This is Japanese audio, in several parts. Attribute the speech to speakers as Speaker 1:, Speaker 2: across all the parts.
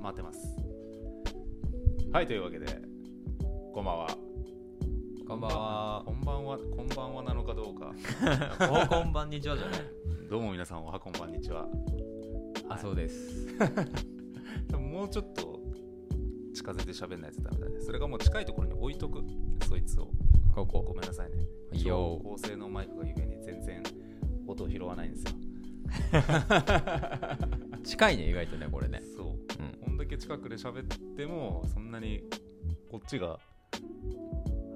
Speaker 1: 待ってますはいというわけでこんばんは
Speaker 2: こんばんは
Speaker 1: こ。んばんはこんばんはなのかどうか
Speaker 2: おこんばんにちはじゃない。
Speaker 1: どうも皆さんおはこんばんにちは
Speaker 2: あ、そうです。
Speaker 1: 多分もうちょっと近づいて喋んないとダメだねそれがもう近いところに置いとくそいつを
Speaker 2: こ
Speaker 1: ご
Speaker 2: こ。
Speaker 1: めんなさいね
Speaker 2: いいよ
Speaker 1: 超高性能マイクがゆえに全然音を拾わないんですよ
Speaker 2: 近いね、意外とね、これね。
Speaker 1: そう
Speaker 2: うん。
Speaker 1: こんだけ近くで喋ってもそんなにこっちが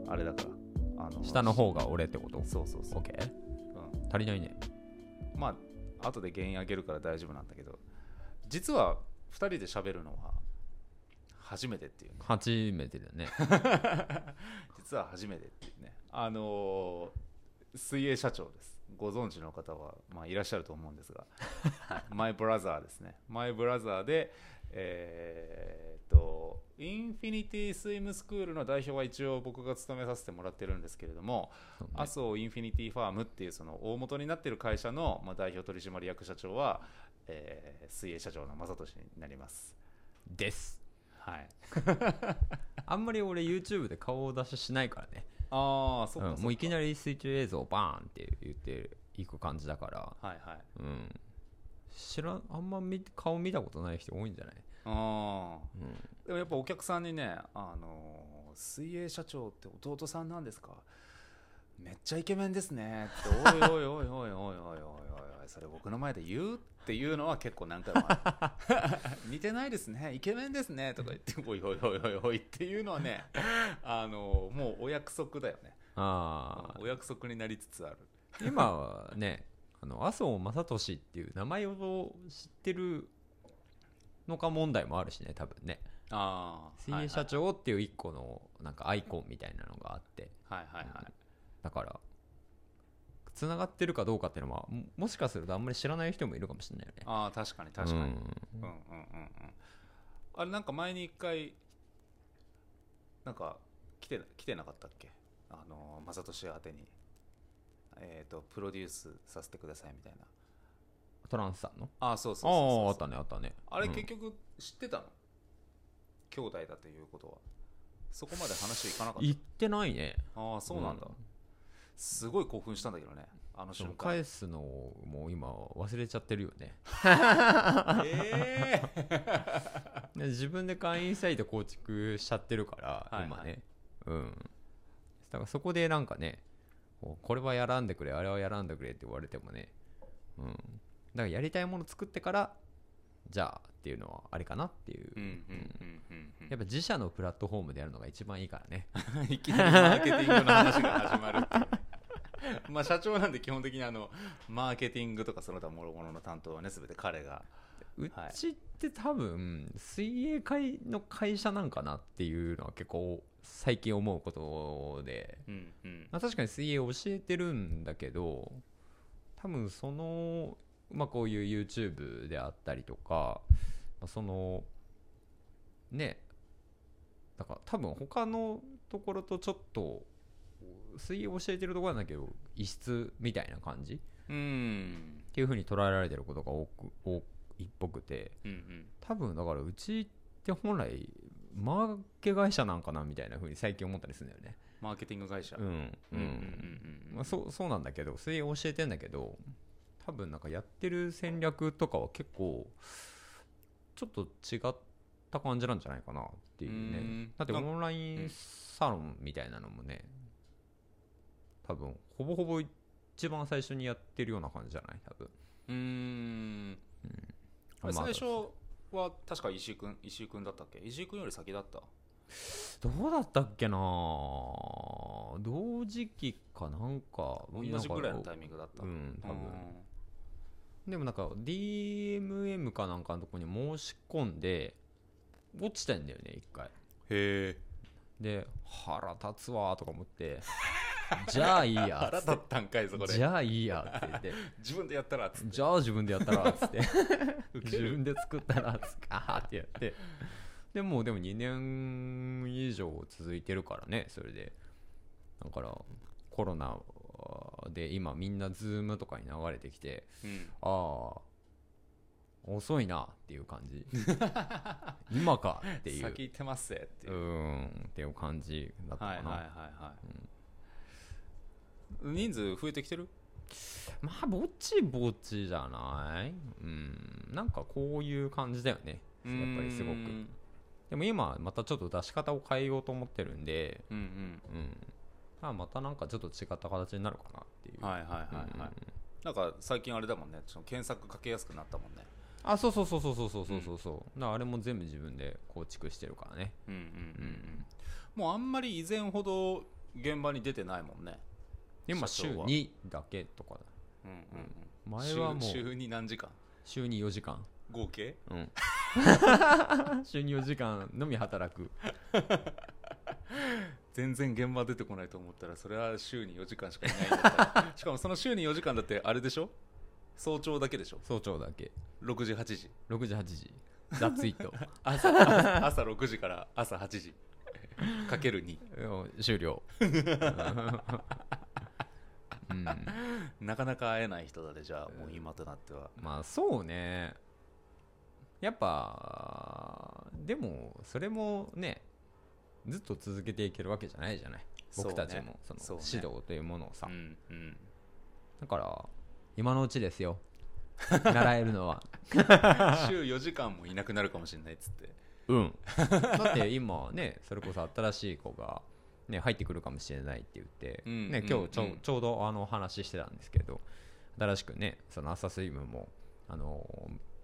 Speaker 1: あれだからあの
Speaker 2: 下の方が俺ってこと。
Speaker 1: そうそうそ
Speaker 2: オ
Speaker 1: う
Speaker 2: ッ、ケー。
Speaker 1: う
Speaker 2: 足りないね。
Speaker 1: ん、まあ後で原因あげるから大丈夫なんだけど実は2人で喋るのは初めてっていうね
Speaker 2: 初めてだ ね。
Speaker 1: 実は初めてっていうねあのー水泳社長ですご存知の方は、まあ、いらっしゃると思うん ですがマイブラザーですねマイブラザーでえーっとインフィニティスイムスクールの代表は一応僕が務めさせてもらってるんですけれども、
Speaker 2: そうね
Speaker 1: 麻生インフィニティファームっていうその大元になってる会社の、まあ、代表取締役社長は、えー水泳社長の正俊になります
Speaker 2: です。
Speaker 1: はい
Speaker 2: あんまり俺 YouTube で顔を出ししないからね。
Speaker 1: ああそっかそっ
Speaker 2: う
Speaker 1: か
Speaker 2: ん、もういきなり水中映像をバーンって言っていく感じだから。
Speaker 1: はいはい
Speaker 2: うん。知らん、あんま見顔見たことない人多いんじゃない
Speaker 1: ああ
Speaker 2: うん。
Speaker 1: でもやっぱお客さんにね、あのー水泳社長って弟さんなんですかめっちゃイケメンですねって、おいおいおいおいおいおいおいおいおい、それ僕の前で言うっていうのは結構何回もある 似てないですね、イケメンですねとか言って、おいおいおいおいおいっていうのはね、あのーもうお約束だよね。
Speaker 2: ああ。
Speaker 1: お約束になりつつある。
Speaker 2: 今はねあの麻生正俊っていう名前を知ってるのか問題もあるしね多分ね
Speaker 1: ああ、
Speaker 2: 水泳社長っていう一個のなんかアイコンみたいなのがあって
Speaker 1: はいはいはい。
Speaker 2: だからつながってるかどうかっていうのはももしかするとあんまり知らない人もいるかもしれないよね
Speaker 1: ああ、確かに確かに。
Speaker 2: うん
Speaker 1: うんうんうんうんあれなんか前に一回なんか来て来てなかったっけあの正俊宛てに、えー、とプロデュースさせてくださいみたいな
Speaker 2: トランスさんの
Speaker 1: あそう
Speaker 2: あ
Speaker 1: そう
Speaker 2: あ
Speaker 1: そう
Speaker 2: ーあ
Speaker 1: そう
Speaker 2: ったねあったね
Speaker 1: あれ
Speaker 2: うん
Speaker 1: 結局知ってたの、兄弟だということはそこまで話いかなかっ
Speaker 2: 言ってないね
Speaker 1: たああそうなんだ、
Speaker 2: うん
Speaker 1: すごい興奮したんだけどねあの
Speaker 2: で
Speaker 1: 瞬
Speaker 2: も
Speaker 1: 間
Speaker 2: 返すのをもう今忘れちゃってるよね
Speaker 1: ええ
Speaker 2: で自分で会員サイト構築しちゃってるから、
Speaker 1: はいはい
Speaker 2: 今ねうんだからそこでなんかねこうこれはやらんでくれあれはやらんでくれって言われてもねうんだからやりたいもの作ってからじゃあっていうのはあれかなっていう、
Speaker 1: うんうんうんうんうん
Speaker 2: やっぱ自社のプラットフォームでやるのが一番いいからね
Speaker 1: いきなりマーケティングの話が始まるっていうまあ社長なんで基本的にあのマーケティングとかその他諸々の担当はね全て彼が
Speaker 2: うちって多分水泳会の会社なんかなっていうのは結構最近思うことで
Speaker 1: うんうん
Speaker 2: まあ、確かに水泳教えてるんだけど多分その、まあ、こういう YouTube であったりとか、まあ、そのねだから多分他のところとちょっと水泳教えてるところなんだけど異質みたいな感じっ
Speaker 1: うん
Speaker 2: ていう風に捉えられてることが多く多いっぽくて
Speaker 1: うんうん
Speaker 2: 多分だからうちって本来マーケ会社なんかなみたいな風に最近思ったりするんだよね。
Speaker 1: マーケティング会社
Speaker 2: うん、
Speaker 1: うんうんうん
Speaker 2: まあ、そうそうなんだけど水泳教えてんだけど多分なんかやってる戦略とかは結構ちょっと違った感じなんじゃないかなっていうね
Speaker 1: うーん
Speaker 2: だってオ
Speaker 1: なんか
Speaker 2: ンライ
Speaker 1: う
Speaker 2: ン
Speaker 1: ん
Speaker 2: サロンみたいなのもね多分ほぼほぼ一番最初にやってるような感じじゃない多分
Speaker 1: うーんあれ
Speaker 2: まあ
Speaker 1: 最初は確か石井君石井君だったっけ石井君より先だった
Speaker 2: どうだったっけな同時期かなんか
Speaker 1: 同じぐらいの
Speaker 2: なんか
Speaker 1: タイミングだった
Speaker 2: うん多分でもなんか DMM かなんかのとこに申し込んで落ちてんだよね一回
Speaker 1: へえ
Speaker 2: で腹立つわーとか思って じゃあいいや
Speaker 1: 腹立ったんかいそこ
Speaker 2: じ
Speaker 1: で
Speaker 2: ゃあいいやって言って
Speaker 1: 自分でやったらっつって
Speaker 2: じゃあ自分でやったらっつって
Speaker 1: 受け
Speaker 2: 自
Speaker 1: る
Speaker 2: 分で作ったらっつってあーってやってでもうでも2年以上続いてるからねそれでだからコロナで今みんなズームとかに流れてきて
Speaker 1: うん
Speaker 2: ああ遅いなっていう感 じ今かっていう
Speaker 1: 先行ってますぜっていうう、
Speaker 2: んっていう感じだったか
Speaker 1: は
Speaker 2: な、
Speaker 1: いはいはいはい、人数増えてきてる
Speaker 2: まあぼちぼちじゃないうんなんかこういう感じだよねやっぱりすご
Speaker 1: う
Speaker 2: く
Speaker 1: ん
Speaker 2: でも今またちょっと出し方を変えようと思ってるんで
Speaker 1: うん
Speaker 2: うんまあまたなんかちょっと違った形になるかなっていう、
Speaker 1: うんはいはいはいはい、なんか最近あれだもんねちょっと検索かけやすくなったもんね
Speaker 2: あそうそうそうそうそうそうそうそうそうだからあれも全部自分で構築してるからね
Speaker 1: うんうんうんうんもうあんまり以前ほど現場に出てないもんね
Speaker 2: 今
Speaker 1: 社
Speaker 2: 週
Speaker 1: 長は
Speaker 2: 2だけとかだ
Speaker 1: うんうんうん
Speaker 2: 前はもう
Speaker 1: 週週に何時間
Speaker 2: 週に4時間
Speaker 1: 合計
Speaker 2: うん週に4時間のみ働く
Speaker 1: 全然現場出てこないと思ったらそれは週に4時間しかいないんだ からしかもその週に4時間だってあれでしょ早朝だけでしょ
Speaker 2: 早朝だけ
Speaker 1: 6時8時
Speaker 2: 6時8時ザ・ツイ ート
Speaker 1: 朝朝朝6時から朝8時 かける2
Speaker 2: うん終了うん
Speaker 1: なかなか会えない人だねじゃあもう今となっては、
Speaker 2: まあそうねやっぱでもそれもねずっと続けていけるわけじゃないじゃない僕たちもその
Speaker 1: そうね
Speaker 2: 指導というものをさ、
Speaker 1: うん うん
Speaker 2: だから今のうちで すよ習えるのは
Speaker 1: 週4時間もいなくなるかもしれないっつって
Speaker 2: うん だって今ねそれこそ新しい子が、ね、入ってくるかもしれないって言って、
Speaker 1: うん
Speaker 2: ね、今日ちょ,、
Speaker 1: うんうん
Speaker 2: ちょうどあのお話ししてたんですけど新しくねその朝睡眠もあの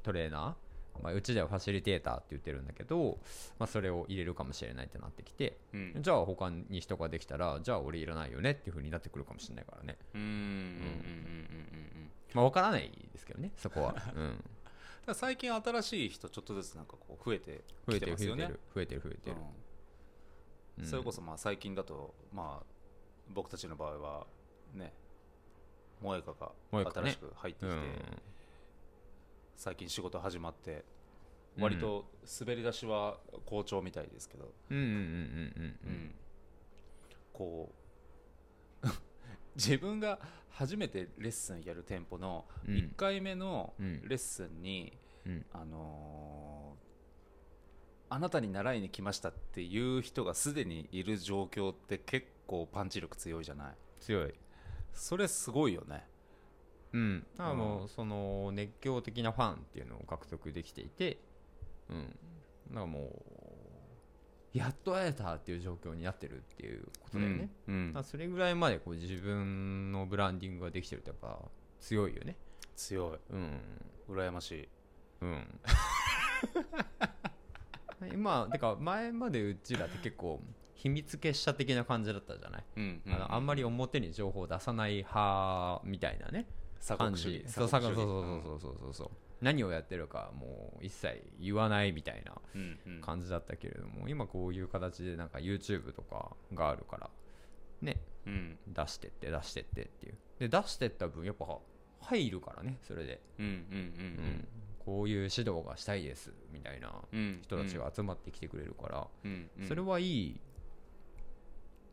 Speaker 2: トレーナー、まあ、うちではファシリテーターって言ってるんだけど、まあ、それを入れるかもしれないってなってきて
Speaker 1: うん
Speaker 2: じゃあ他に人ができたらじゃあ俺いらないよねっていう風になってくるかもしれないからね
Speaker 1: うんうんうんうんうんうん
Speaker 2: まあ分からないですけどねそこは、 うん、
Speaker 1: ただ最近新しい人ちょっとずつなんかこう増えて
Speaker 2: 増え
Speaker 1: き
Speaker 2: て
Speaker 1: て
Speaker 2: る
Speaker 1: ます
Speaker 2: 増え
Speaker 1: よ
Speaker 2: て
Speaker 1: ね
Speaker 2: る増えてる増えてる、
Speaker 1: う
Speaker 2: うんん
Speaker 1: それこそまあ最近だとまあ僕たちの場合はね萌歌が
Speaker 2: 萌歌ね
Speaker 1: 新しく入ってきて、最近仕事始まって
Speaker 2: うん
Speaker 1: 割と滑り出しは好調みたいですけど、
Speaker 2: うんうんうんうんうん、
Speaker 1: う
Speaker 2: うん
Speaker 1: んこう 自分が初めてレッスンやる店舗の
Speaker 2: うん
Speaker 1: 1回目の
Speaker 2: うん
Speaker 1: レッスンに、
Speaker 2: うん
Speaker 1: あのーあなたに習いに来ましたっていう人がすでにいる状況って結構パンチ力強いじゃない
Speaker 2: 強い
Speaker 1: それすごいよね
Speaker 2: うんだからもう
Speaker 1: う
Speaker 2: その熱狂的なファンっていうのを獲得できていてうんだからもうやっと会えたっていう状況になってるっていうことだよね、
Speaker 1: うんうん
Speaker 2: だからそれぐらいまでこう自分のブランディングができてるってやっぱ強いよね
Speaker 1: 強い
Speaker 2: うん
Speaker 1: 羨ましい
Speaker 2: うん今てか前までうちらって結構秘密結社的な感じだったじゃない、
Speaker 1: うん
Speaker 2: あのあんまり表に情報を出さない派みたいなね
Speaker 1: 鎖
Speaker 2: 感
Speaker 1: 国
Speaker 2: じ
Speaker 1: 主義
Speaker 2: そう
Speaker 1: 鎖
Speaker 2: そう
Speaker 1: 国
Speaker 2: そう
Speaker 1: 主義
Speaker 2: そうそうそうそうそう何をやってるかもう一切言わないみたいな
Speaker 1: うんうんうん
Speaker 2: 感じだったけれども、今こういう形でなんか YouTube とかがあるからね
Speaker 1: うん
Speaker 2: 出してって出してってっていうで出してった分やっぱ入るからねそれで、
Speaker 1: うんうん
Speaker 2: うんこういう指導がしたいですみたいな
Speaker 1: うんうん
Speaker 2: 人たちが集まってきてくれるから、
Speaker 1: うんうん
Speaker 2: それはいい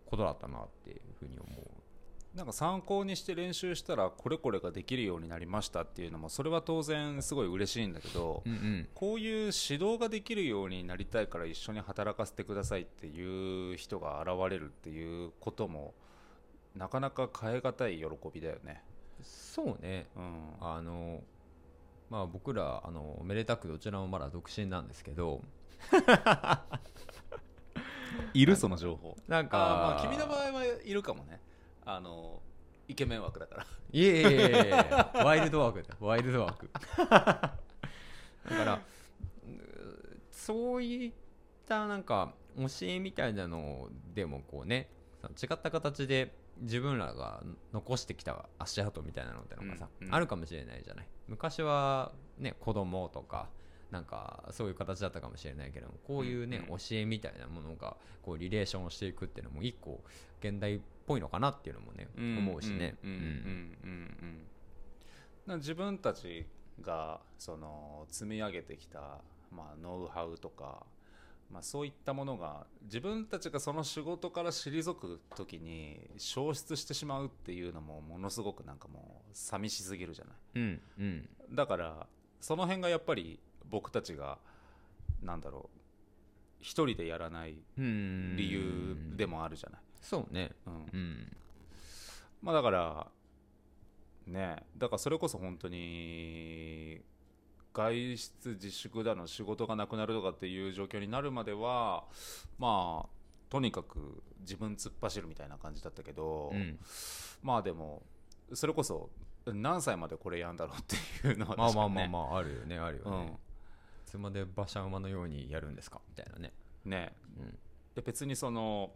Speaker 2: ことだったなっていうふうに思う
Speaker 1: なんか参考にして練習したらこれこれができるようになりましたっていうのもそれは当然すごい嬉しいんだけど、
Speaker 2: うんうん
Speaker 1: こういう指導ができるようになりたいから一緒に働かせてくださいっていう人が現れるっていうこともなかなか変え難い喜びだよね。
Speaker 2: そうね
Speaker 1: うん、
Speaker 2: あのまあ僕らあのめでたくどちらもまだ独身なんですけど
Speaker 1: いるその情報。
Speaker 2: なん
Speaker 1: あ
Speaker 2: か
Speaker 1: ーまあ君の場合はいるかもね。あのイケメン枠だから。
Speaker 2: いえいえいえいえワイルドワークだワイルドワークだからうーそういったなんか教えみたいなのでもこうね違った形で自分らが残してきた足跡みたいなのってのがさ、
Speaker 1: うんうん
Speaker 2: あるかもしれないじゃない昔はね子供とかなんかそういう形だったかもしれないけどもこういうね、
Speaker 1: うんうん
Speaker 2: 教えみたいなものがこうリレーションをしていくっていうのも一個現代っぽいのかなっていうのもね、思うしね、
Speaker 1: うんうんうんうんうんな自分たちがその積み上げてきた、まあ、ノウハウとか、まあ、そういったものが自分たちがその仕事から退く時に消失してしまうっていうのもものすごくなんかもう寂しすぎるじゃない
Speaker 2: うんうん
Speaker 1: だからその辺がやっぱり僕たちがなんだろう一人でやらない理
Speaker 2: 理
Speaker 1: 由でもあるじゃない、
Speaker 2: そうね
Speaker 1: うん
Speaker 2: うん
Speaker 1: まあだからねえだからそれこそ本当に外出自粛だの仕事がなくなるとかっていう状況になるまではまあとにかく自分突っ走るみたいな感じだったけど、
Speaker 2: うん
Speaker 1: まあでもそれこそ何歳までこれやんだろうっていうのは
Speaker 2: まあ
Speaker 1: 確
Speaker 2: ま
Speaker 1: か
Speaker 2: あ
Speaker 1: に
Speaker 2: まあ
Speaker 1: ね
Speaker 2: まああるよねあるよ
Speaker 1: う
Speaker 2: ねいつまで馬車馬のようにやるんですかみたいなね
Speaker 1: んね
Speaker 2: うん
Speaker 1: で別にその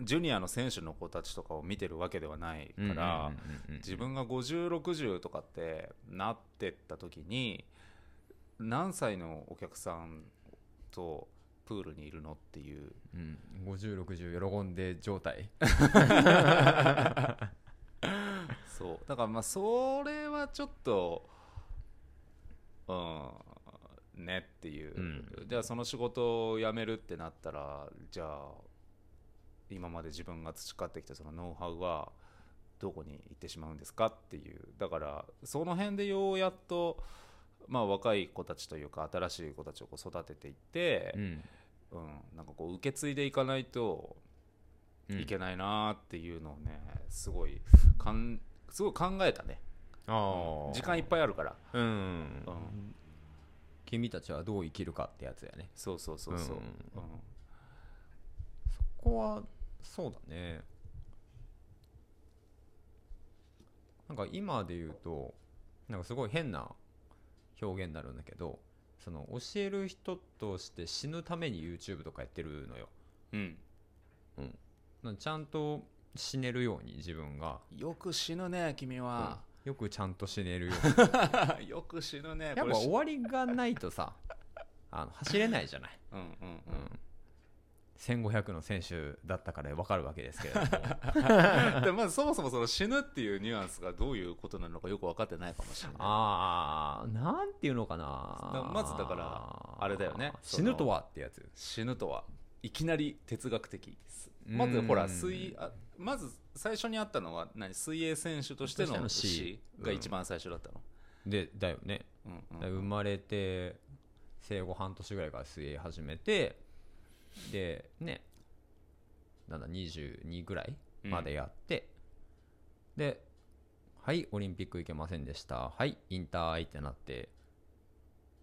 Speaker 1: ジュニアの選手の子たちとかを見てるわけではないから、
Speaker 2: うんうんうんうん
Speaker 1: 自分が5060とかってなってった時に何歳のお客さんとプールにいるのっていう
Speaker 2: うん、5060喜んで状態
Speaker 1: そうだからまあそれはちょっとうんねっていう、
Speaker 2: うん
Speaker 1: じゃあその仕事を辞めるってなったらじゃあ今まで自分が培ってきたそのノウハウはどこに行ってしまうんですかっていうだからその辺でようやっと、まあ、若い子たちというか新しい子たちをこう育てていって
Speaker 2: う、ん
Speaker 1: うんなんかこう受け継いでいかないと
Speaker 2: うん
Speaker 1: いけないなーっていうのをねすごいかんすごい考えたね
Speaker 2: ああ
Speaker 1: 時間いっぱいあるから
Speaker 2: うん、
Speaker 1: ん
Speaker 2: 君たちはどう生きるかってやつやね
Speaker 1: そうそうそうそう、
Speaker 2: うん
Speaker 1: うん
Speaker 2: そこはそうだねなんか今で言うとなんかすごい変な表現になるんだけどその教える人として死ぬために YouTube とかやってるのよ
Speaker 1: うん
Speaker 2: なんかちゃんと死ねるように自分が、
Speaker 1: よく死ぬね君は、
Speaker 2: よくちゃんと死ねるよう に
Speaker 1: よく死ぬね
Speaker 2: やっぱ
Speaker 1: これ
Speaker 2: 終わりがないとさあの走れないじゃない、
Speaker 1: うんうん
Speaker 2: う、
Speaker 1: うん
Speaker 2: 1500の選手だったから分かるわけですけれども
Speaker 1: ん、 でまずそもそもその死ぬっていうニュアンスがどういうことなのかよく分かってないかもしれない
Speaker 2: ああなんていうのかな
Speaker 1: だまずだからあれだよねそ
Speaker 2: 死
Speaker 1: の
Speaker 2: ぬとはってやつ
Speaker 1: 死ぬとはいきなり哲学的まずほ
Speaker 2: う
Speaker 1: ら
Speaker 2: ん
Speaker 1: 水あまず最初にあったのは何水泳選手として
Speaker 2: として
Speaker 1: の
Speaker 2: の
Speaker 1: 死
Speaker 2: 死
Speaker 1: が一番最初だったの、
Speaker 2: でだよね、
Speaker 1: うんうん
Speaker 2: 生まれて生後半年ぐらいから水泳始めてでねなんだ22ぐらいまでやって、ではいオリンピック行けませんでしたはいインターハイってなって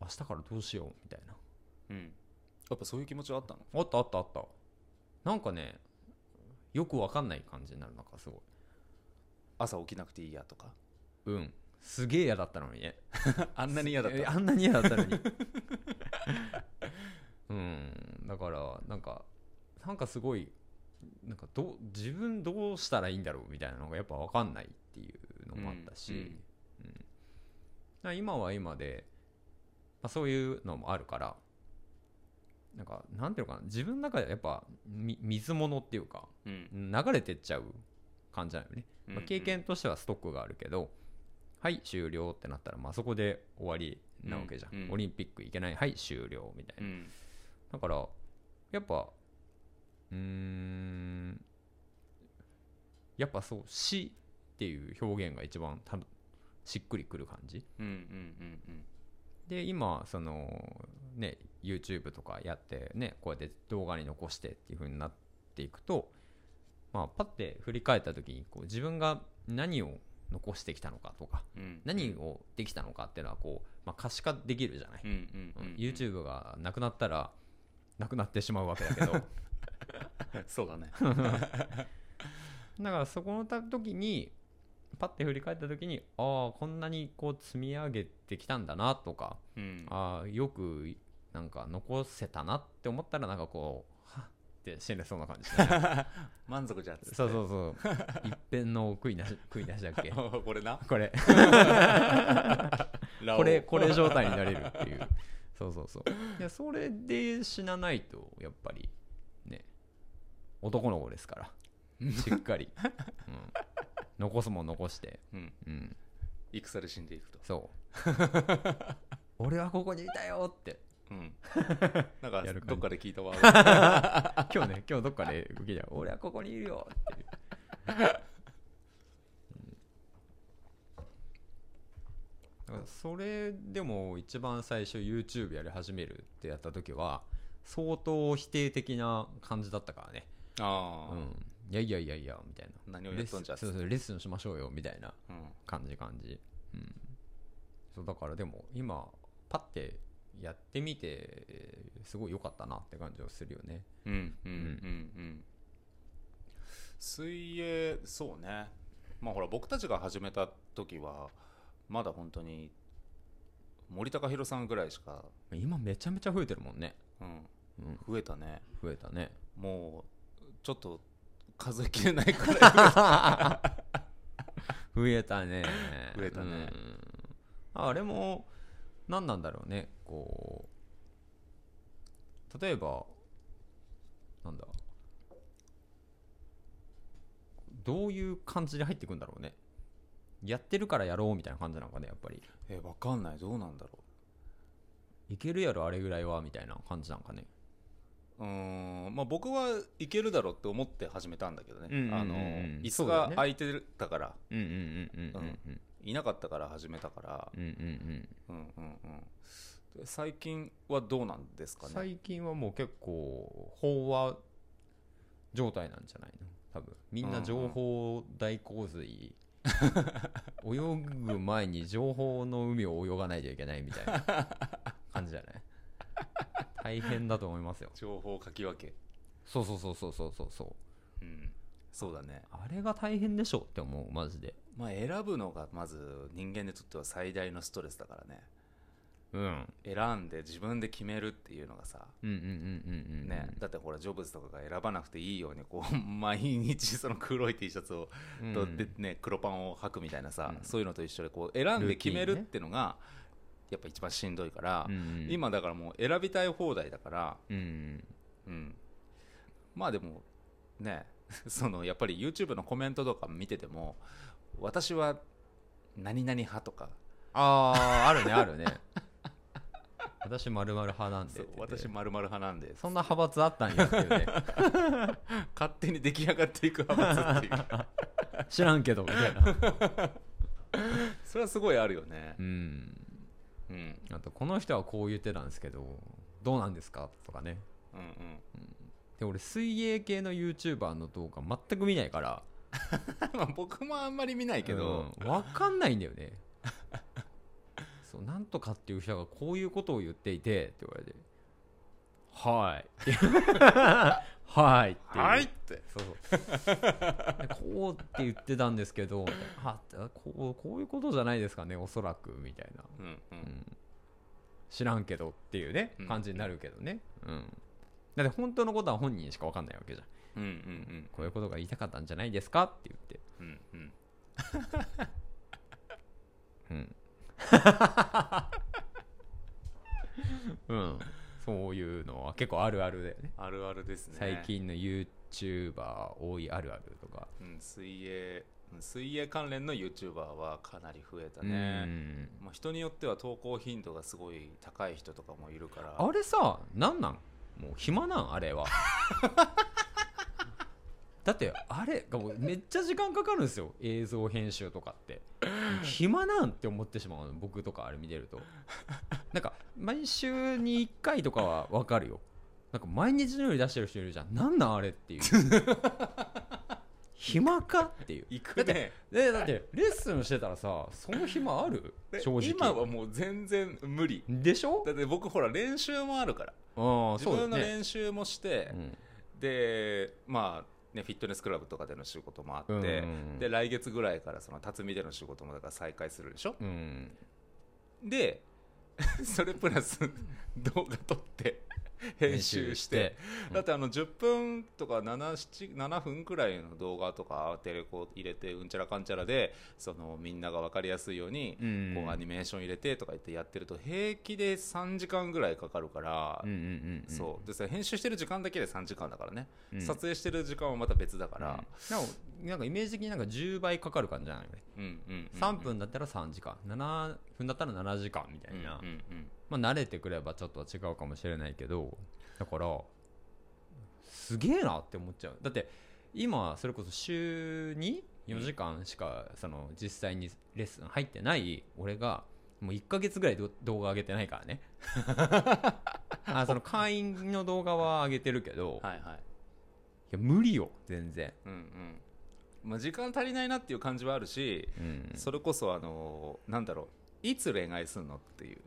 Speaker 2: 明日からどうしようみたいな
Speaker 1: うん、やっぱそういう気持ちはあったの
Speaker 2: あったあったあったなんかねよくわかんない感じになるなんかすごい
Speaker 1: 朝起きなくていいやとか
Speaker 2: うんすげえ嫌だったのにね
Speaker 1: あんなに嫌だっ
Speaker 2: え
Speaker 1: た
Speaker 2: あんなに嫌だったのに うんだからなんかなんかすごいなんかどう自分どうしたらいいんだろうみたいなのがやっぱ分かんないっていうのもあったし、
Speaker 1: う
Speaker 2: うんん
Speaker 1: うん
Speaker 2: だから今は今で、まあ、そういうのもあるからなんかなんていうのかな自分の中でやっぱみ水物っていうか
Speaker 1: うん
Speaker 2: 流れてっちゃう感じなのよねまあ、経
Speaker 1: うん
Speaker 2: 験としてはストックがあるけど、はい終了ってなったら、まあ、そこで終わりなわけじゃん、
Speaker 1: うんうん
Speaker 2: オリンピック行けないはい終了みたいな、
Speaker 1: うん
Speaker 2: だからやっぱうーんやっぱそう死っていう表現が一番たしっくりくる感じ
Speaker 1: うんうんうん
Speaker 2: で今そのね YouTube とかやってねこうやって動画に残してっていう風になっていくとまあパッて振り返った時にこう自分が何を残してきたのかとか
Speaker 1: うんうん
Speaker 2: 何をできたのかっていうのはこう、まあ、可視化できるじゃない、
Speaker 1: うんうんうんうん
Speaker 2: YouTube がなくなったらなくなってしまうわけだけ ど
Speaker 1: そうだね
Speaker 2: だからそこのた時にパッて振り返った時にああこんなにこう積み上げてきたんだなとか
Speaker 1: うん
Speaker 2: ああよくなんか残せたなって思ったらなんかこうはっって死ねそうな感じだね
Speaker 1: 満足じゃんっつって
Speaker 2: そうそうそう一遍の悔いなし悔いなしだっ け
Speaker 1: これな
Speaker 2: これ
Speaker 1: ラオウ
Speaker 2: これこれ状態になれるっていうそうそうそういやそれで死なないとやっぱりね男の子ですからしっか り、うん、残すもん残して
Speaker 1: うん
Speaker 2: うん
Speaker 1: 戦で死んでいくと
Speaker 2: そう 俺はここにいたよって
Speaker 1: うんなんか
Speaker 2: やる感じ
Speaker 1: どっかで聞いたわ
Speaker 2: 今日ね今日どっかで受けじゃう俺はここにいるよっていうだからそれでも一番最初 YouTube やり始めるってやった時は相当否定的な感じだったからね、う
Speaker 1: ああ、
Speaker 2: ん、いやいやいやいやみたいな
Speaker 1: 何を
Speaker 2: レ
Speaker 1: や
Speaker 2: ッ
Speaker 1: っ
Speaker 2: ス
Speaker 1: とん
Speaker 2: ン
Speaker 1: じゃっつ
Speaker 2: そ
Speaker 1: っ
Speaker 2: う
Speaker 1: て
Speaker 2: そうレッスンしましょうよみたいな
Speaker 1: うん
Speaker 2: 感じ感じ、うん、そうだからでも今パッてやってみてえーすごい良かったなって感じはするよね
Speaker 1: うんうんうんうん水泳そうねまあほら僕たちが始めた時はまだ本当に森高弘さんぐらいしか、
Speaker 2: 今めちゃめちゃ増えてるもんね、
Speaker 1: うん、
Speaker 2: うん、
Speaker 1: 増えたね
Speaker 2: 増えたね
Speaker 1: もうちょっと数えきれないくらい
Speaker 2: 増えたね
Speaker 1: 増えたね
Speaker 2: うんあれも何なんだろうねこう例えばなんだどういう感じで入ってくんだろうねやってるからやろうみたいな感じなんかねやっぱり
Speaker 1: えわかんないどうなんだろ
Speaker 2: いけるやろあれぐらいはみたいな感じなんかね
Speaker 1: ううーんまあ僕はいけるだろうって思って始めたんだけどね、
Speaker 2: うんうんうんうん
Speaker 1: あの椅
Speaker 2: そ
Speaker 1: 子
Speaker 2: うだよ
Speaker 1: が
Speaker 2: ね
Speaker 1: 空いてたから、
Speaker 2: うんうんうんうんうん
Speaker 1: いなかったから始めたから
Speaker 2: うんうんうん
Speaker 1: うんうんうんで最近はどうなんですかね
Speaker 2: 最近はもう結構飽和状態なんじゃないの多分みんな情報大 洪水、泳ぐ前に情報の海を泳がないといけないみたいな感じじゃない大変だと思いますよ
Speaker 1: 情報かき分け
Speaker 2: そうそうそうそうそうそうそう
Speaker 1: うんそうだね
Speaker 2: あれが大変でしょって思うマジで
Speaker 1: まあ選ぶのがまず人間にとっては最大のストレスだからね
Speaker 2: うんうん
Speaker 1: 選んで自分で決めるっていうのがさ
Speaker 2: うんうんうんうん
Speaker 1: ね、だってほらジョブズとかが選ばなくていいようにこう 毎日その黒い T シャツを、
Speaker 2: うん
Speaker 1: とでね、黒パンを履くみたいなさ、
Speaker 2: うん
Speaker 1: そういうのと一緒でこう選んで決め
Speaker 2: ルーティン
Speaker 1: るっ
Speaker 2: ね
Speaker 1: てのがやっぱ一番しんどいから、
Speaker 2: うんうん
Speaker 1: 今だからもう選びたい放題だから、
Speaker 2: うん
Speaker 1: うん、まあでもね そのやっぱり YouTube のコメントとか見てても私は何々派とか
Speaker 2: あああるねあ るね私まる派なんでって言って
Speaker 1: 私まる派なんで
Speaker 2: そんな派閥あったんやっていうね
Speaker 1: 勝手に出来上がっていく派閥 っていう
Speaker 2: 知らんけどみたいな
Speaker 1: それはすごいあるよね
Speaker 2: う、ん
Speaker 1: うん、うん
Speaker 2: あとこの人はこう言ってたんですけどどうなんですかとかね
Speaker 1: うん
Speaker 2: で俺水泳系の YouTuber の動画全く見ないから
Speaker 1: まあ僕もあんまり見ないけど、
Speaker 2: うんわかんないんだよねそうなんとかっていう人がこういうことを言っていてって言われて「はい」 はい」っていう
Speaker 1: はいって
Speaker 2: そうそうでこうって言ってたんですけどみたいなあこうこういうことじゃないですかねおそらくみたいな、
Speaker 1: うんう
Speaker 2: うんん、知らんけどっていうね
Speaker 1: うん
Speaker 2: 感じになるけどね、うん、だって本当のことは本人しか分かんないわけじゃ
Speaker 1: う
Speaker 2: ん
Speaker 1: んうん
Speaker 2: こういうことが言いたかったんじゃないですかって言って、
Speaker 1: うんうんうん
Speaker 2: うん、 うん、そういうのは結構あるあるだよね
Speaker 1: あるあるですね
Speaker 2: 最、近の YouTuber 多いあるあるとか
Speaker 1: うん、水泳うん水泳関連の YouTuber はかなり増えたね、
Speaker 2: うん
Speaker 1: まあ、人によっては投稿頻度がすごい高い人とかもいるから
Speaker 2: あれさなんなんもう暇なんあ れはだってあれがもうめっちゃ時間かかるんですよ映像編集とかって暇なんって思ってしまうの僕とかあれ見てるとなんか毎週に1回とかは分かるよなんか毎日のように出してる人いるじゃんなんなんあれっ ていう暇かっていう
Speaker 1: 行くね
Speaker 2: でだってレッスンしてたらさその暇ある
Speaker 1: で
Speaker 2: 正直
Speaker 1: 今はもう全然無理
Speaker 2: でしょ
Speaker 1: だって僕ほら練習もあるから
Speaker 2: ああ
Speaker 1: 自
Speaker 2: そうだよ
Speaker 1: 分の
Speaker 2: ね
Speaker 1: 練習もして、
Speaker 2: うん
Speaker 1: でまあねフィットネスクラブとかでの仕事もあって、
Speaker 2: うんうんうん
Speaker 1: で来月ぐらいからその辰巳での仕事もだから再開するでしょ
Speaker 2: うん
Speaker 1: で それプラス動画撮って編集して、
Speaker 2: うん
Speaker 1: だってあの10分とか 7, 7分くらいの動画とかテレコ入れてうんちゃらかんちゃらでそのみんなが分かりやすいように
Speaker 2: うん
Speaker 1: こうアニメーション入れてとか言ってやってると平気で3時間ぐらいかかるから、
Speaker 2: うんうんうんうん、
Speaker 1: そうでそれ編集してる時間だけで3時間だからね、
Speaker 2: うん
Speaker 1: 撮影してる時間はまた別だか
Speaker 2: うんな
Speaker 1: ら、
Speaker 2: おなんかイメージ的になんか10倍かかる感じじゃないのね
Speaker 1: うんうんうんうん
Speaker 2: 3分だったら3時間7分だったら7時間みた
Speaker 1: うん
Speaker 2: いな、
Speaker 1: うんうん
Speaker 2: まあ、慣れてくればちょっとは違うかもしれないけどだからすげえなって思っちゃうだって今それこそ週に4時間しかその実際にレッスン入ってない俺がもう1ヶ月ぐらいど動画上げてないか らねあその会員の動画は上げてるけど、い、
Speaker 1: はいはい
Speaker 2: や無理よ全然、
Speaker 1: うんうんまあ時間足りないなっていう感じはあるし、
Speaker 2: うん、
Speaker 1: それこそあのーなんだろういつ恋愛するのって いう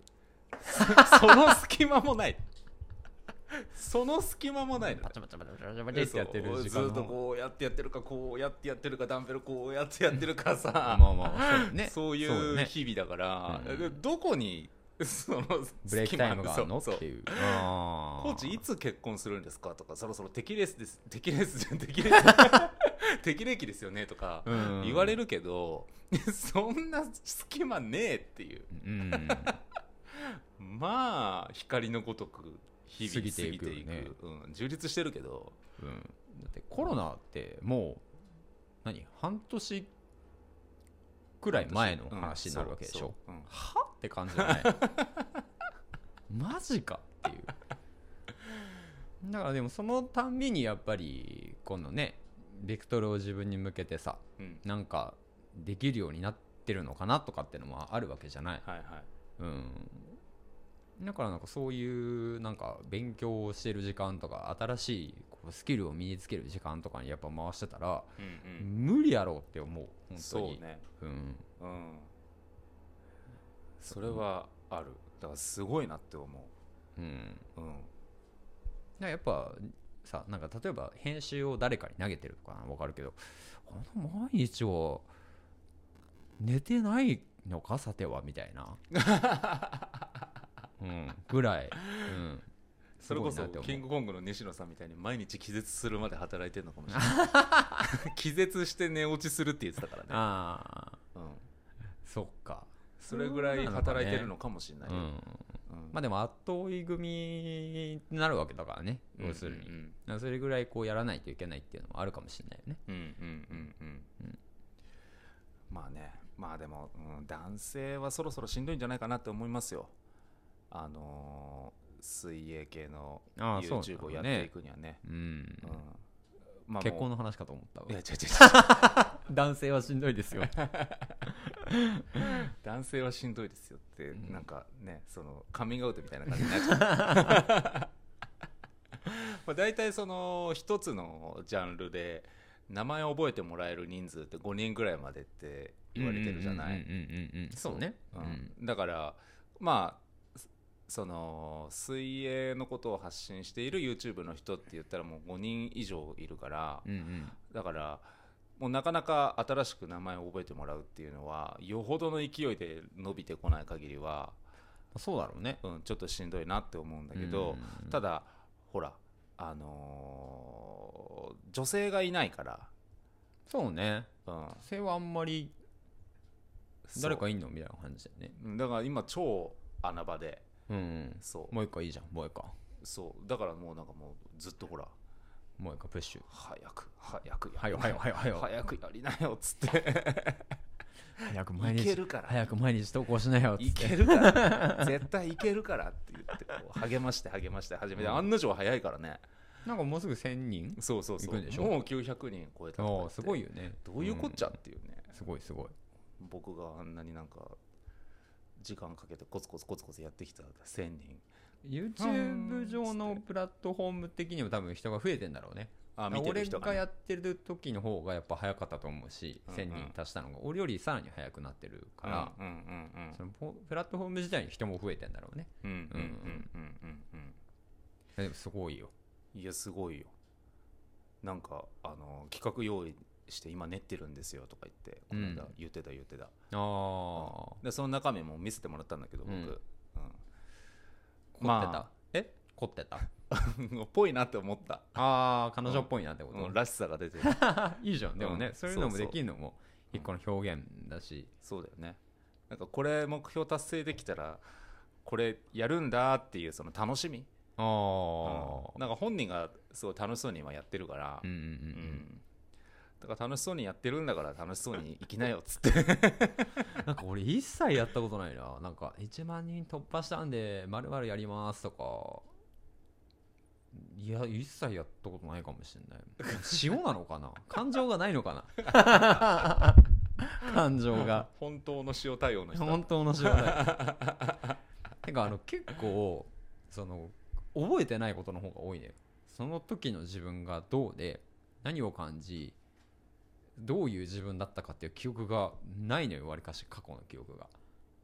Speaker 1: その隙間もないその隙間もないの
Speaker 2: パチャパチャパチャパチャパチャってやって
Speaker 1: そ
Speaker 2: る
Speaker 1: う
Speaker 2: 時
Speaker 1: ず
Speaker 2: 間の
Speaker 1: っとこうやってやってるかこうやってやってるかダンベルこうやってやってるかさ
Speaker 2: まあまあそうね
Speaker 1: そうい
Speaker 2: そう
Speaker 1: う
Speaker 2: ね
Speaker 1: 日々だから、
Speaker 2: うん
Speaker 1: どこにその
Speaker 2: ブレイクタイムがあるのっ
Speaker 1: そう
Speaker 2: て
Speaker 1: そう
Speaker 2: いうあー
Speaker 1: コーチいつ結婚するんですかとかそろそろ適齢です適齢です適 齢適齢期ですよねとか
Speaker 2: うん
Speaker 1: 言われるけど、 そんな隙間ねえっていう
Speaker 2: うん
Speaker 1: まあ光のごとく日々過
Speaker 2: 過
Speaker 1: ぎ
Speaker 2: ぎ
Speaker 1: て
Speaker 2: て
Speaker 1: いく
Speaker 2: いくよね
Speaker 1: うん、充実してるけど
Speaker 2: うん、だってコロナってもう何半年くらい前の話になるわけでしょ、
Speaker 1: うんそうそううん
Speaker 2: はって感じじゃない マジかっていうだからでもそのたんびにやっぱりこのねベクトルを自分に向けてさ
Speaker 1: うん
Speaker 2: なんかできるようになってるのかなとかってのもあるわけじゃない、
Speaker 1: はいはい
Speaker 2: うん、だからなんかそういうなんか勉強をしてる時間とか新しいこうスキルを身につける時間とかにやっぱ回してたら、
Speaker 1: うん
Speaker 2: 無理やろうって思う
Speaker 1: うん、
Speaker 2: 本当
Speaker 1: そう
Speaker 2: に
Speaker 1: ね
Speaker 2: うん
Speaker 1: うんそれはあるだからすごいなって思
Speaker 2: うん
Speaker 1: ううん
Speaker 2: なやっぱさなんか例えば編集を誰かに投げてるとかわかるけどこの毎日は寝てないのかさてはみたい な、うん、ぐらい、うん、
Speaker 1: それこ
Speaker 2: す
Speaker 1: そ
Speaker 2: ごいなって思う
Speaker 1: キングコングの西野さんみたいに毎日気絶するまで働いてるのかもしれない気絶して寝落ちするって言ってたからね、
Speaker 2: ああ
Speaker 1: うん、
Speaker 2: そっか
Speaker 1: それぐらい働いてるのかもしれないよ、
Speaker 2: うん
Speaker 1: うん
Speaker 2: まあでも後追い組になるわけだからね
Speaker 1: うん
Speaker 2: 要するに、
Speaker 1: うん
Speaker 2: だからそれぐらいこうやらないといけないっていうのもあるかもしれないよね
Speaker 1: うんうんうんうんうんまあねまあでも、うん、男性はそろそろしんどいんじゃないかなって思いますよあのー水泳系の
Speaker 2: ああそうなんだね
Speaker 1: YouTube をやっていくにはね
Speaker 2: うん
Speaker 1: うんまあもう
Speaker 2: 結婚の話かと思ったわ
Speaker 1: いや違う違う違
Speaker 2: 男性はしんどいですよ
Speaker 1: う男性はしんどいですよって、
Speaker 2: うん
Speaker 1: なんかねそのカミングアウトみたいな感じになっちゃう まあ大体その一つのジャンルで名前を覚えてもらえる人数って5人ぐらいまでって言われてるじゃない、
Speaker 2: うんうんうんうんうんそうねうん
Speaker 1: だからまあそその水泳のことを発信している YouTube の人って言ったらもう5人以上いるから
Speaker 2: うんうん
Speaker 1: だからもうなかなか新しく名前を覚えてもらうっていうのはよほどの勢いで伸びてこない限りは、
Speaker 2: そうだろうね
Speaker 1: うん、ちょっとしんどいなって思うんだけど、
Speaker 2: うん
Speaker 1: ただほらあのー女性がいないから、
Speaker 2: そうね
Speaker 1: うん、
Speaker 2: 女性はあんまり
Speaker 1: そう
Speaker 2: 誰かいんのみたいな感じだよね
Speaker 1: うんだから今超穴場で
Speaker 2: うんうん
Speaker 1: そう
Speaker 2: もう一回いいじゃんもう一回
Speaker 1: そうだからもうなんかもうずっとほら
Speaker 2: もう一回プッシュ
Speaker 1: 早く早く
Speaker 2: はよ
Speaker 1: は
Speaker 2: は
Speaker 1: よ
Speaker 2: よはよはよ
Speaker 1: 早くやりなよっつって
Speaker 2: 早く 毎
Speaker 1: いけ
Speaker 2: 日
Speaker 1: るから
Speaker 2: 早く毎日投稿しなよっつ
Speaker 1: い
Speaker 2: って
Speaker 1: けるから絶対いけるからって言ってこう励まして励まして始めて
Speaker 2: うん
Speaker 1: 案の定早いからね
Speaker 2: なんかもうすぐ1000人
Speaker 1: そうそうそう
Speaker 2: 行くんでしょ
Speaker 1: もう900人超えたとか言
Speaker 2: あ
Speaker 1: っ
Speaker 2: あ
Speaker 1: て
Speaker 2: すごいよね
Speaker 1: どういうこっちゃ
Speaker 2: ん
Speaker 1: っていうね
Speaker 2: すごいすごい
Speaker 1: 僕があんなになんか時間かけてコツコツコツコツやってきた1000人
Speaker 2: YouTube 上のプラットフォーム的にも多分人が増えてんだろうね
Speaker 1: あ見てる人が
Speaker 2: 俺
Speaker 1: ね
Speaker 2: がやってる時の方がやっぱ早かったと思うし、
Speaker 1: うんうん
Speaker 2: 1000人足したのが俺よりさらに早くなってるから、
Speaker 1: うんうんうんうん
Speaker 2: そのポプラットフォーム自体に人も増えてんだろうね
Speaker 1: うんうんうんうんうんうん
Speaker 2: でもすごいよ
Speaker 1: いやすごいよなんかあの企画用意して今練ってるんですよとか言ってこの間
Speaker 2: うん
Speaker 1: 言ってた言ってた、
Speaker 2: ああ
Speaker 1: でその中身も見せてもらったんだけど僕、
Speaker 2: う
Speaker 1: うんん
Speaker 2: 凝ってた、
Speaker 1: ま
Speaker 2: え凝って た
Speaker 1: ぽいなって思った、
Speaker 2: ああ彼女っぽいなってこと、
Speaker 1: うんらしさが出てる
Speaker 2: いいじゃんでもね、
Speaker 1: うん
Speaker 2: そういうのも
Speaker 1: そうそう
Speaker 2: できるのも一個の表現だし、
Speaker 1: そうだよねなんかこれ目標達成できたらこれやるんだっていうその楽しみ、
Speaker 2: あ
Speaker 1: うんなんか本人がすごい楽しそうに今やってるから、
Speaker 2: うんうんうん
Speaker 1: う
Speaker 2: うん
Speaker 1: んだから楽しそうにやってるんだから楽しそうに生きなよっつって
Speaker 2: なんか俺一切やったことないななんか1万人突破したんでまるまるやりますとかいや一切や ったことないかもしれない塩なのかな感情がないのかな感情が
Speaker 1: 本当の塩対応の人
Speaker 2: 本当の状 態てかあの結構その覚えてないことの方が多いねその時の自分がどうで何を感じどういう自分だったかっていう記憶がないのよわりかし過去の記憶が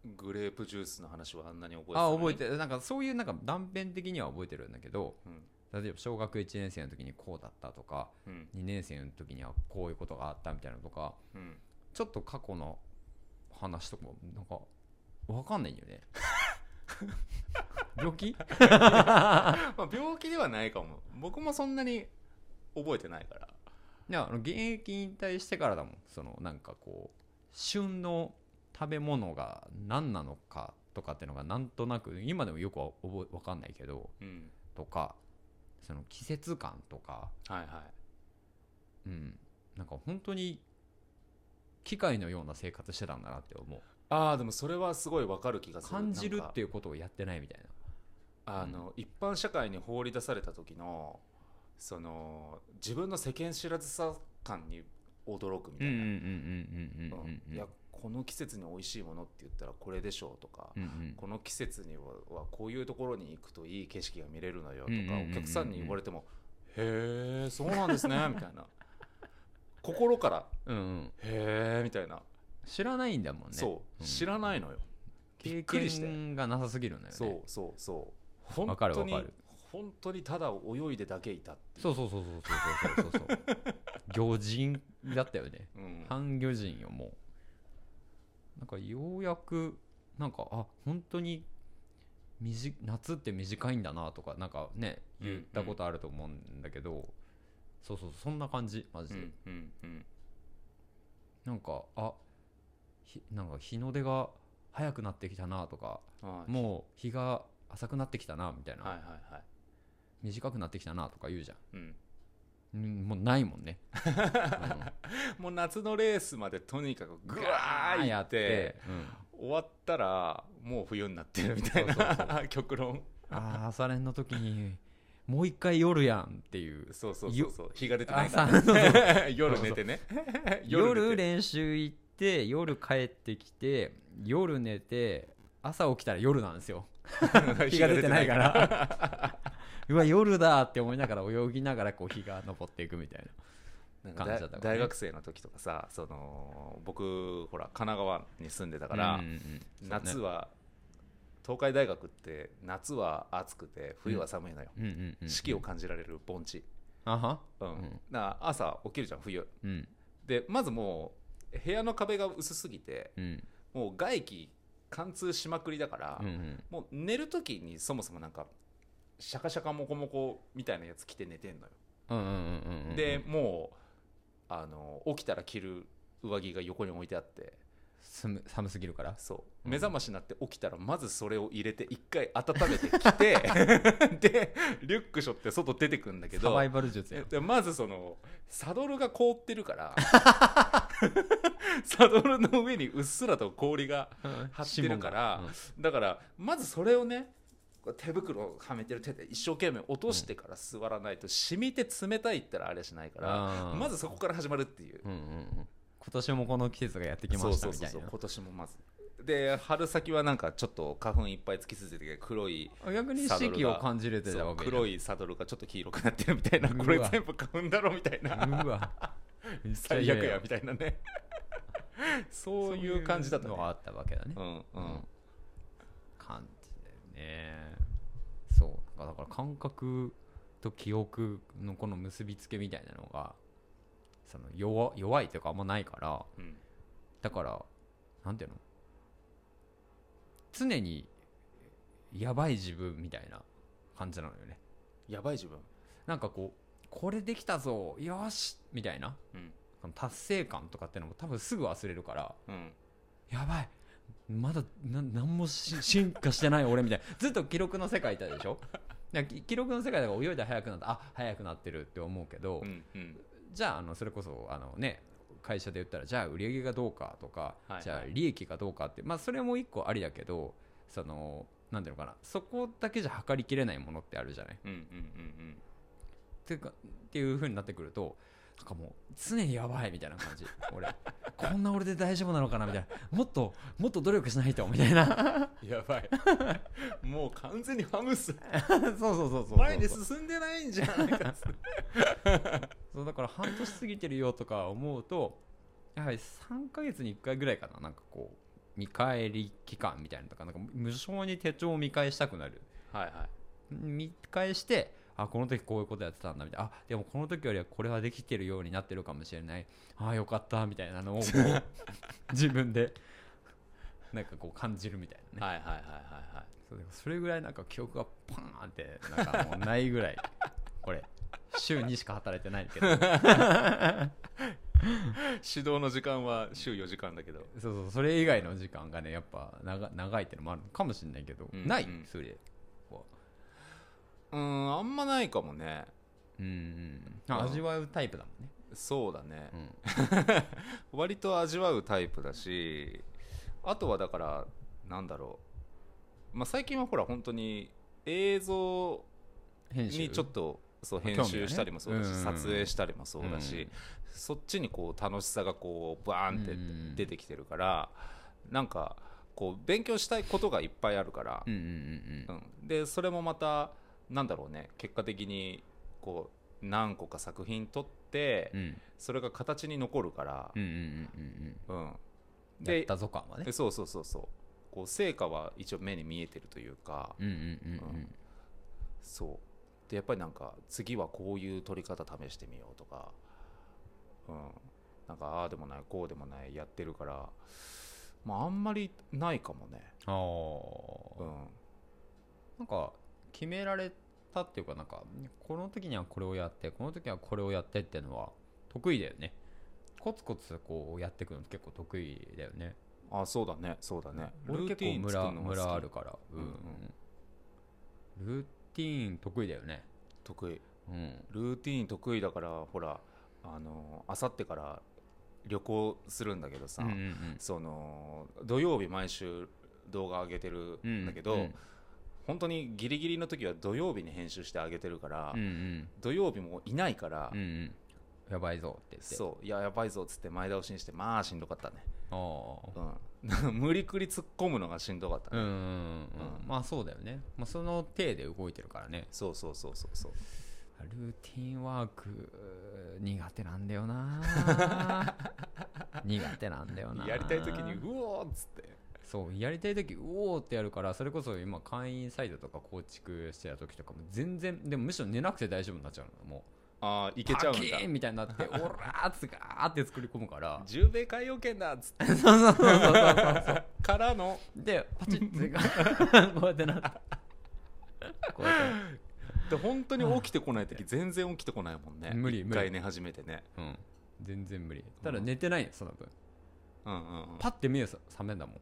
Speaker 1: グレープジュースの話はあんなに覚えてた
Speaker 2: あ
Speaker 1: のに
Speaker 2: 覚えてなんかそういうなんか断片的には覚えてるんだけど
Speaker 1: うん
Speaker 2: 例えば小学1年生の時にこうだったとか
Speaker 1: うん
Speaker 2: 2年生の時にはこういうことがあったみたいなのとか
Speaker 1: うん
Speaker 2: ちょっと過去の話とかもなんか分かんないんだよね 病気
Speaker 1: まあ、病気ではないかも僕もそんなに覚えてないから
Speaker 2: いやあの現役引退してからだもんそのなんかこう旬の食べ物が何なのかとかっていうのがなんとなく今でもよくは覚え分かんないけど
Speaker 1: うん
Speaker 2: とかその季節感とか
Speaker 1: はいはい
Speaker 2: うんなんか本当に機械のような生活してたんだなって思う
Speaker 1: ああでもそれはすごいわかる気がする
Speaker 2: 感じる
Speaker 1: なん
Speaker 2: っ
Speaker 1: か
Speaker 2: ていうことをやってないみたいな
Speaker 1: あの、一般社会に放り出された時のその自分の世間知らずさ感に驚くみたいな、
Speaker 2: うんうんうんうんうんうん
Speaker 1: うんいやこの季節に美味しいものって言ったらこれでしょうとか、
Speaker 2: うんうん
Speaker 1: この季節にははこういうところに行くといい景色が見れるのよと
Speaker 2: うんうんうんうんうん
Speaker 1: かお客さんに言われても「へえそうなんですね」み たいな心から
Speaker 2: うんうん
Speaker 1: 「へえ」みたいな
Speaker 2: 知らないんだもんね
Speaker 1: そう
Speaker 2: うん
Speaker 1: 知らないのよび
Speaker 2: 経
Speaker 1: っくりして
Speaker 2: 験がなさすぎるんだよね
Speaker 1: そうそうそう
Speaker 2: わ
Speaker 1: 本
Speaker 2: かる
Speaker 1: 当
Speaker 2: わか
Speaker 1: に
Speaker 2: る
Speaker 1: 本当にただ泳いでだけいたっていう
Speaker 2: そうそうそうそうそうそうそう そうそう魚人だったよね
Speaker 1: うん
Speaker 2: 半魚人よもうなんかようやくなんかあ本当に短夏って短いんだなとかなんかね
Speaker 1: うん
Speaker 2: 言ったことあると思うんだけど、そうそうそんな感じマジ
Speaker 1: う
Speaker 2: で、
Speaker 1: んうんうん
Speaker 2: なんかあひなんか日の出が早くなってきたなとか
Speaker 1: はい
Speaker 2: もう日が浅くなってきたなみたいな、
Speaker 1: はいはいはい
Speaker 2: 短くなってきたなとか言うじゃん
Speaker 1: うん
Speaker 2: うんもうないもんね、うん
Speaker 1: もう夏のレースまでとにかくぐわーい
Speaker 2: や
Speaker 1: っ
Speaker 2: ってて、うん、
Speaker 1: 終わったらもう冬になってるみたい
Speaker 2: そうそ
Speaker 1: な 極論
Speaker 2: ああ朝練の時にもう一回夜やんっていう
Speaker 1: そうそうそうそう日が出てない
Speaker 2: 朝
Speaker 1: か
Speaker 2: そうそう
Speaker 1: ら夜寝てね
Speaker 2: 夜
Speaker 1: 寝て
Speaker 2: 練習行って夜帰ってきて夜寝て朝起きたら夜なんですよ日が出てないから うわ夜だって思いながら泳ぎながらこう日が昇っていくみたい
Speaker 1: なんか
Speaker 2: 感じだ
Speaker 1: だ
Speaker 2: ったから
Speaker 1: 大
Speaker 2: ね
Speaker 1: 学生の時とかさその僕ほら神奈川に住んでた
Speaker 2: な
Speaker 1: から、
Speaker 2: うんうんうん
Speaker 1: 夏は、東海大学って夏は暑くて冬は寒いのよ、
Speaker 2: うんうんうん
Speaker 1: 四季を感じられる盆地、
Speaker 2: あは
Speaker 1: うん
Speaker 2: うん
Speaker 1: な朝起きるじゃん冬
Speaker 2: うん
Speaker 1: でまずもう部屋の壁が薄すぎて
Speaker 2: うん
Speaker 1: もう外気貫通しまくりだから、
Speaker 2: うんうん
Speaker 1: もう寝る時にそもそもなんかシャカシャカモコモコみたいなやつ着て寝てんのよ、
Speaker 2: うんうんうんうん
Speaker 1: でもうあの起きたら着る上着が横に置いてあって
Speaker 2: 寒寒すぎるから
Speaker 1: そう
Speaker 2: うん
Speaker 1: 目覚ましになって起きたらまずそれを入れて一回温めてき てでリュック背負って外出てくんだけ
Speaker 2: サ
Speaker 1: ど
Speaker 2: バイバル術やん
Speaker 1: でまずそのサドルが凍ってるから サドルの上にうっすらと氷が張ってるからだからまずそれをねこう手袋をはめてる手で一生懸命落としてから座らないと染みて冷たいったらあれしないから
Speaker 2: あー
Speaker 1: まずそこから始まるっていう
Speaker 2: うんうんうん、今年もこの季節がやってきましたみたいな
Speaker 1: 今年もまずで春先はなんかちょっと花粉いっぱいつきついてて黒い
Speaker 2: あ逆に四季を感じれてた
Speaker 1: そう
Speaker 2: わけ
Speaker 1: 黒
Speaker 2: い
Speaker 1: いサドルがちょっと黄色くなってるみたいな
Speaker 2: うわ
Speaker 1: これ全部花粉だろみたいうな
Speaker 2: わめっちゃ
Speaker 1: 最
Speaker 2: 嫌
Speaker 1: 悪やみたいなねそういう感じだった
Speaker 2: そういうのがあったわけだね、
Speaker 1: ねうんうん
Speaker 2: 感じだよねそうだから感覚と記憶のこの結びつけみたいなのがその弱弱いというかあんまないから
Speaker 1: うん
Speaker 2: だからなんていうの常にやばい自分みたいな感じなのよね
Speaker 1: やばい自分
Speaker 2: なんかこうこれできたぞよしみたいな
Speaker 1: うん
Speaker 2: この達成感とかってのも多分すぐ忘れるから
Speaker 1: うん
Speaker 2: やばいまだな何もし進化してない俺みたいなずっと記録の世界いたでしょ なんかき記録の世界だから泳いだら速くなったあ速くなってるって思うけど、
Speaker 1: うんうん
Speaker 2: じゃああのそれこそあのね会社で言ったらじゃあ売り上げがどうかとか、
Speaker 1: はいはい
Speaker 2: じゃあ利益がどうかってまあそれも一個ありだけどそのなんていうのかなそこだけじゃ測りきれないものってあるじゃない
Speaker 1: うんうんうん
Speaker 2: っていうかっていう風になってくるとなんかもう常にやばいみたい な感じ俺こんな俺で大丈夫なのかなみたいなもっともっと努力しないとみた いな
Speaker 1: やばいもう完全にハムス
Speaker 2: そうそうそうそう
Speaker 1: 前に進んでないんじゃないか
Speaker 2: そうだから半年過ぎてるよとか思うとやはり3ヶ月に1回ぐらいかななんかこう見返り期間みたいなのとかなんか無償に手帳を見返したくなる
Speaker 1: はいはい
Speaker 2: 見返してあこの時こういうことやってたんだみたいなあでもこの時よりはこれはできてるようになってるかもしれないあよかったみたいなのをこう自分でなんかこう感じるみたいなね
Speaker 1: はいはいはいはいはい
Speaker 2: そうそれぐらいなんか記憶がパーンってなんかもうないぐらいこれ週にしか働いてないけどそう
Speaker 1: 指導の時間は週4時間だけど
Speaker 2: そうそれ以外の時間がねやっぱ長長いってのもあるのかもしれないけど、
Speaker 1: うん
Speaker 2: ない
Speaker 1: うん
Speaker 2: それは
Speaker 1: うんあんまないかもね
Speaker 2: うんうん味わうタイプだもんね、
Speaker 1: そうだね
Speaker 2: う、ん、
Speaker 1: 割と味わうタイプだしあとはだからなんだろう、まあ、最近はほら本当に映像
Speaker 2: 編集
Speaker 1: にちょっとそう
Speaker 2: まあ
Speaker 1: 編
Speaker 2: 興味が
Speaker 1: 集
Speaker 2: ね
Speaker 1: したりもそうだし、
Speaker 2: うん
Speaker 1: 撮影したりもそうだし、
Speaker 2: うん
Speaker 1: そっちにこう楽しさがこうバーン
Speaker 2: うんうんう
Speaker 1: っ
Speaker 2: ん
Speaker 1: て出てきてるから、なんかこう勉強したいことがいっぱいあるから
Speaker 2: う、んうんうんうん
Speaker 1: うんでそれもまたなんだろうね結果的にこう何個か作品撮って、
Speaker 2: うん
Speaker 1: それが形に残るから
Speaker 2: う、んうんうん
Speaker 1: うん
Speaker 2: うんやっ
Speaker 1: で
Speaker 2: たぞ感はね
Speaker 1: えそうそうそうそうこう成果は一応目に見えてるというか、
Speaker 2: うんうんうん
Speaker 1: そうでやっぱりなんか次はこういう撮り方試してみようとか、うん、なんかああでもないこうでもないやってるからまああんまりないかもね、う
Speaker 2: うん
Speaker 1: ん、
Speaker 2: ああなんか決められたっていうかなんかこの時にはこれをやってこの時はこれをやってっていうのは得意だよねコツコツこうやっていくの結構得意だよね
Speaker 1: あそうだねそうだね
Speaker 2: 俺結構ム
Speaker 1: 作
Speaker 2: ラ
Speaker 1: るのが
Speaker 2: ム
Speaker 1: 好き
Speaker 2: ラあるからうんルーティーン得意だよね
Speaker 1: 得意
Speaker 2: うん
Speaker 1: ルーティン得意だからほらあのあさってから旅行するんだけどさ、
Speaker 2: うんうんうん
Speaker 1: その土曜日毎週動画上げてる
Speaker 2: うん
Speaker 1: んだけど、
Speaker 2: うん
Speaker 1: 本当にギリギリの時は土曜日に編集してあげてるから、
Speaker 2: うんうん
Speaker 1: 土曜日もいないから、
Speaker 2: うんうんやばいぞって言って
Speaker 1: そういややばいぞっつって前倒しにしてまあしんどかったね、
Speaker 2: ああ
Speaker 1: うん、 無理くり突っ込むのがしんどかった、
Speaker 2: うん
Speaker 1: ね
Speaker 2: うんうんうんまあそうだよね、まあ、その体で動いてるからね
Speaker 1: そうそうそうそうそう
Speaker 2: ルーティンワークうー苦手なんだよな 苦手なんだよな
Speaker 1: やりたい時にうおーっつって
Speaker 2: そうやりたい時うおーってやるからそれこそ今会員サイトとか構築してた時とかも全然でもむしろ寝なくて大丈夫になっちゃうのも
Speaker 1: ああいうけちゃうん
Speaker 2: パ
Speaker 1: だ
Speaker 2: キーンみたいになって「オラー!」っつがーって作り込むから
Speaker 1: 十米海洋圏だっつって
Speaker 2: そうそうそうそうそうそう
Speaker 1: からの
Speaker 2: でパチッてこうやってなってこうやって
Speaker 1: で本当に起きてこない時全然起きてこないもんね
Speaker 2: 無理
Speaker 1: 一回寝始めてね
Speaker 2: うん、全然無理ただ寝てないよその分、
Speaker 1: うんうんうん
Speaker 2: パッて目覚めんだもん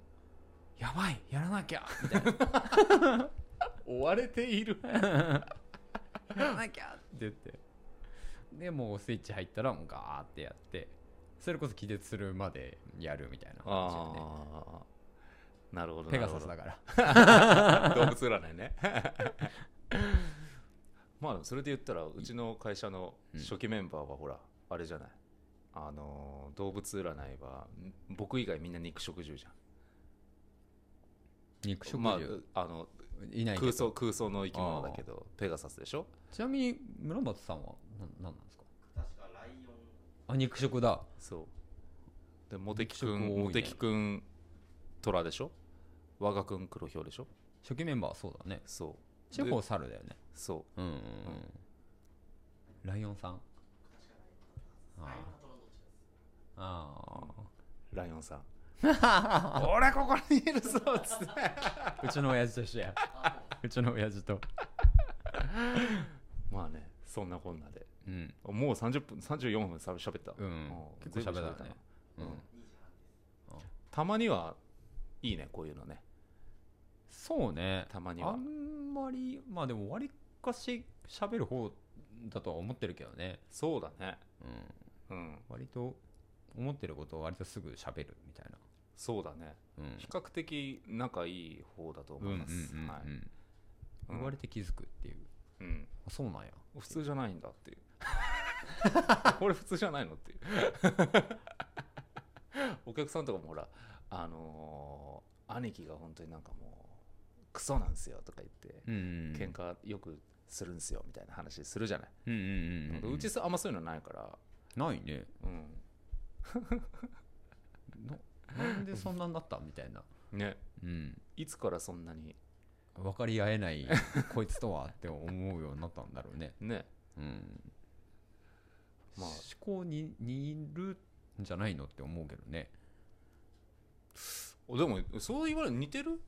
Speaker 2: やばいやらなきゃみ
Speaker 1: 追われている
Speaker 2: たいなやらなきゃって言ってでもうスイッチ入ったらもうガーってやってそれこそ気絶するまでやるみたいな感じだね
Speaker 1: ああなるほど
Speaker 2: ペ
Speaker 1: な
Speaker 2: ガ
Speaker 1: る
Speaker 2: サ
Speaker 1: ほ
Speaker 2: ス
Speaker 1: ど
Speaker 2: だから
Speaker 1: 動物占いね まあそれで言ったらうちの会社の初期メンバーはほら、あれじゃないあのー動物占いはん僕以外みんな肉食獣じゃん
Speaker 2: 肉食
Speaker 1: ま
Speaker 2: 獣、
Speaker 1: あ、あの
Speaker 2: いないけ
Speaker 1: 空
Speaker 2: ど
Speaker 1: 想空想の生き物だけどペガサスでしょ
Speaker 2: ちなみに村松さんはな何なんですか確かライオンあ肉食だ
Speaker 1: そうでモテキく
Speaker 2: 肉食多い
Speaker 1: ん
Speaker 2: ね
Speaker 1: モテキくん虎でしょ我がくん黒ひょうでしょ
Speaker 2: 初期メンバーはそうだね
Speaker 1: そう
Speaker 2: 地方猿だよね
Speaker 1: そう
Speaker 2: うんうんうん、ライオンさんああ
Speaker 1: ライオン さん俺ここにいるぞっつって
Speaker 2: ああうちの親父と一緒やうちの親父と
Speaker 1: まあねそんなこんなで
Speaker 2: うん
Speaker 1: もう30分34分しゃべった、
Speaker 2: うん結構
Speaker 1: 全部
Speaker 2: 喋ったね
Speaker 1: う
Speaker 2: うんん
Speaker 1: たまにはいいねこういうのね
Speaker 2: そうね
Speaker 1: たまに
Speaker 2: あ
Speaker 1: は
Speaker 2: んまりまあでも割かし喋る方だとは思ってるけどね
Speaker 1: そうだね
Speaker 2: うん
Speaker 1: うん
Speaker 2: 割と思ってることを割とすぐ喋るみたいな
Speaker 1: そうだね
Speaker 2: うん
Speaker 1: 比較的仲いい方だと
Speaker 2: うんう
Speaker 1: 思
Speaker 2: ん
Speaker 1: いうます
Speaker 2: ん
Speaker 1: はい
Speaker 2: うん
Speaker 1: うん
Speaker 2: 言われて気づくっていう
Speaker 1: うん
Speaker 2: あそうなんや
Speaker 1: 普通じゃないんだっていう これ普通じゃないのっていうお客さんとかもほらあのー兄貴が本当になんかもうクソなんですよとか言って、
Speaker 2: うん
Speaker 1: 喧嘩よくするんですよみたいな話するじゃない、
Speaker 2: うんうんうん
Speaker 1: う
Speaker 2: うん
Speaker 1: うちさあんまそういうのないから
Speaker 2: ないね
Speaker 1: うん
Speaker 2: ななんでそんなになったみたいな
Speaker 1: ね
Speaker 2: うん
Speaker 1: いつからそんなに
Speaker 2: 分かり合えないこいつとはって思うようになったんだろうね
Speaker 1: ね
Speaker 2: うん
Speaker 1: まあ
Speaker 2: 思考に似るんじゃないのって思うけどね
Speaker 1: おでもそう言われる似てる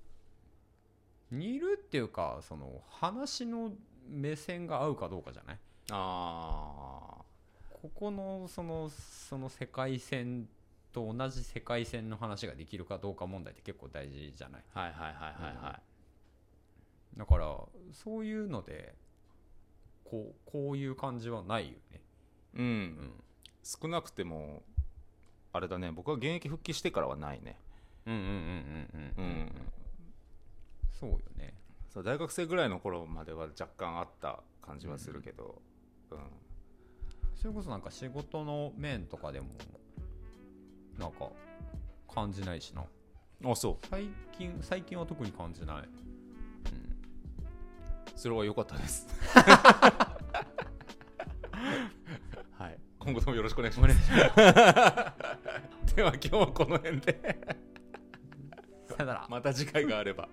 Speaker 2: 似るっていうかその話の目線が合うかどうかじゃない
Speaker 1: ああ
Speaker 2: ここのそのその世界線と同じ世界線の話ができるかどうか問題って結構大事じゃない
Speaker 1: はいはいはいはいはい、
Speaker 2: だからそういうのでこうこういう感じはないよね
Speaker 1: うん、
Speaker 2: うん
Speaker 1: 少なくてもあれだね僕は現役復帰してからはないね
Speaker 2: うんうんうんうんうんうんうんそうよね
Speaker 1: そう大学生ぐらいの頃までは若干あった感じはするけど、うん
Speaker 2: それこそなんか仕事の面とかでもなんか感じないしな
Speaker 1: あそ
Speaker 2: 最近最近は特に感じない、うん
Speaker 1: うそれは良かったです はい今後ともよろしくお願いします では今日はこの辺で
Speaker 2: さよなら
Speaker 1: また次回があれば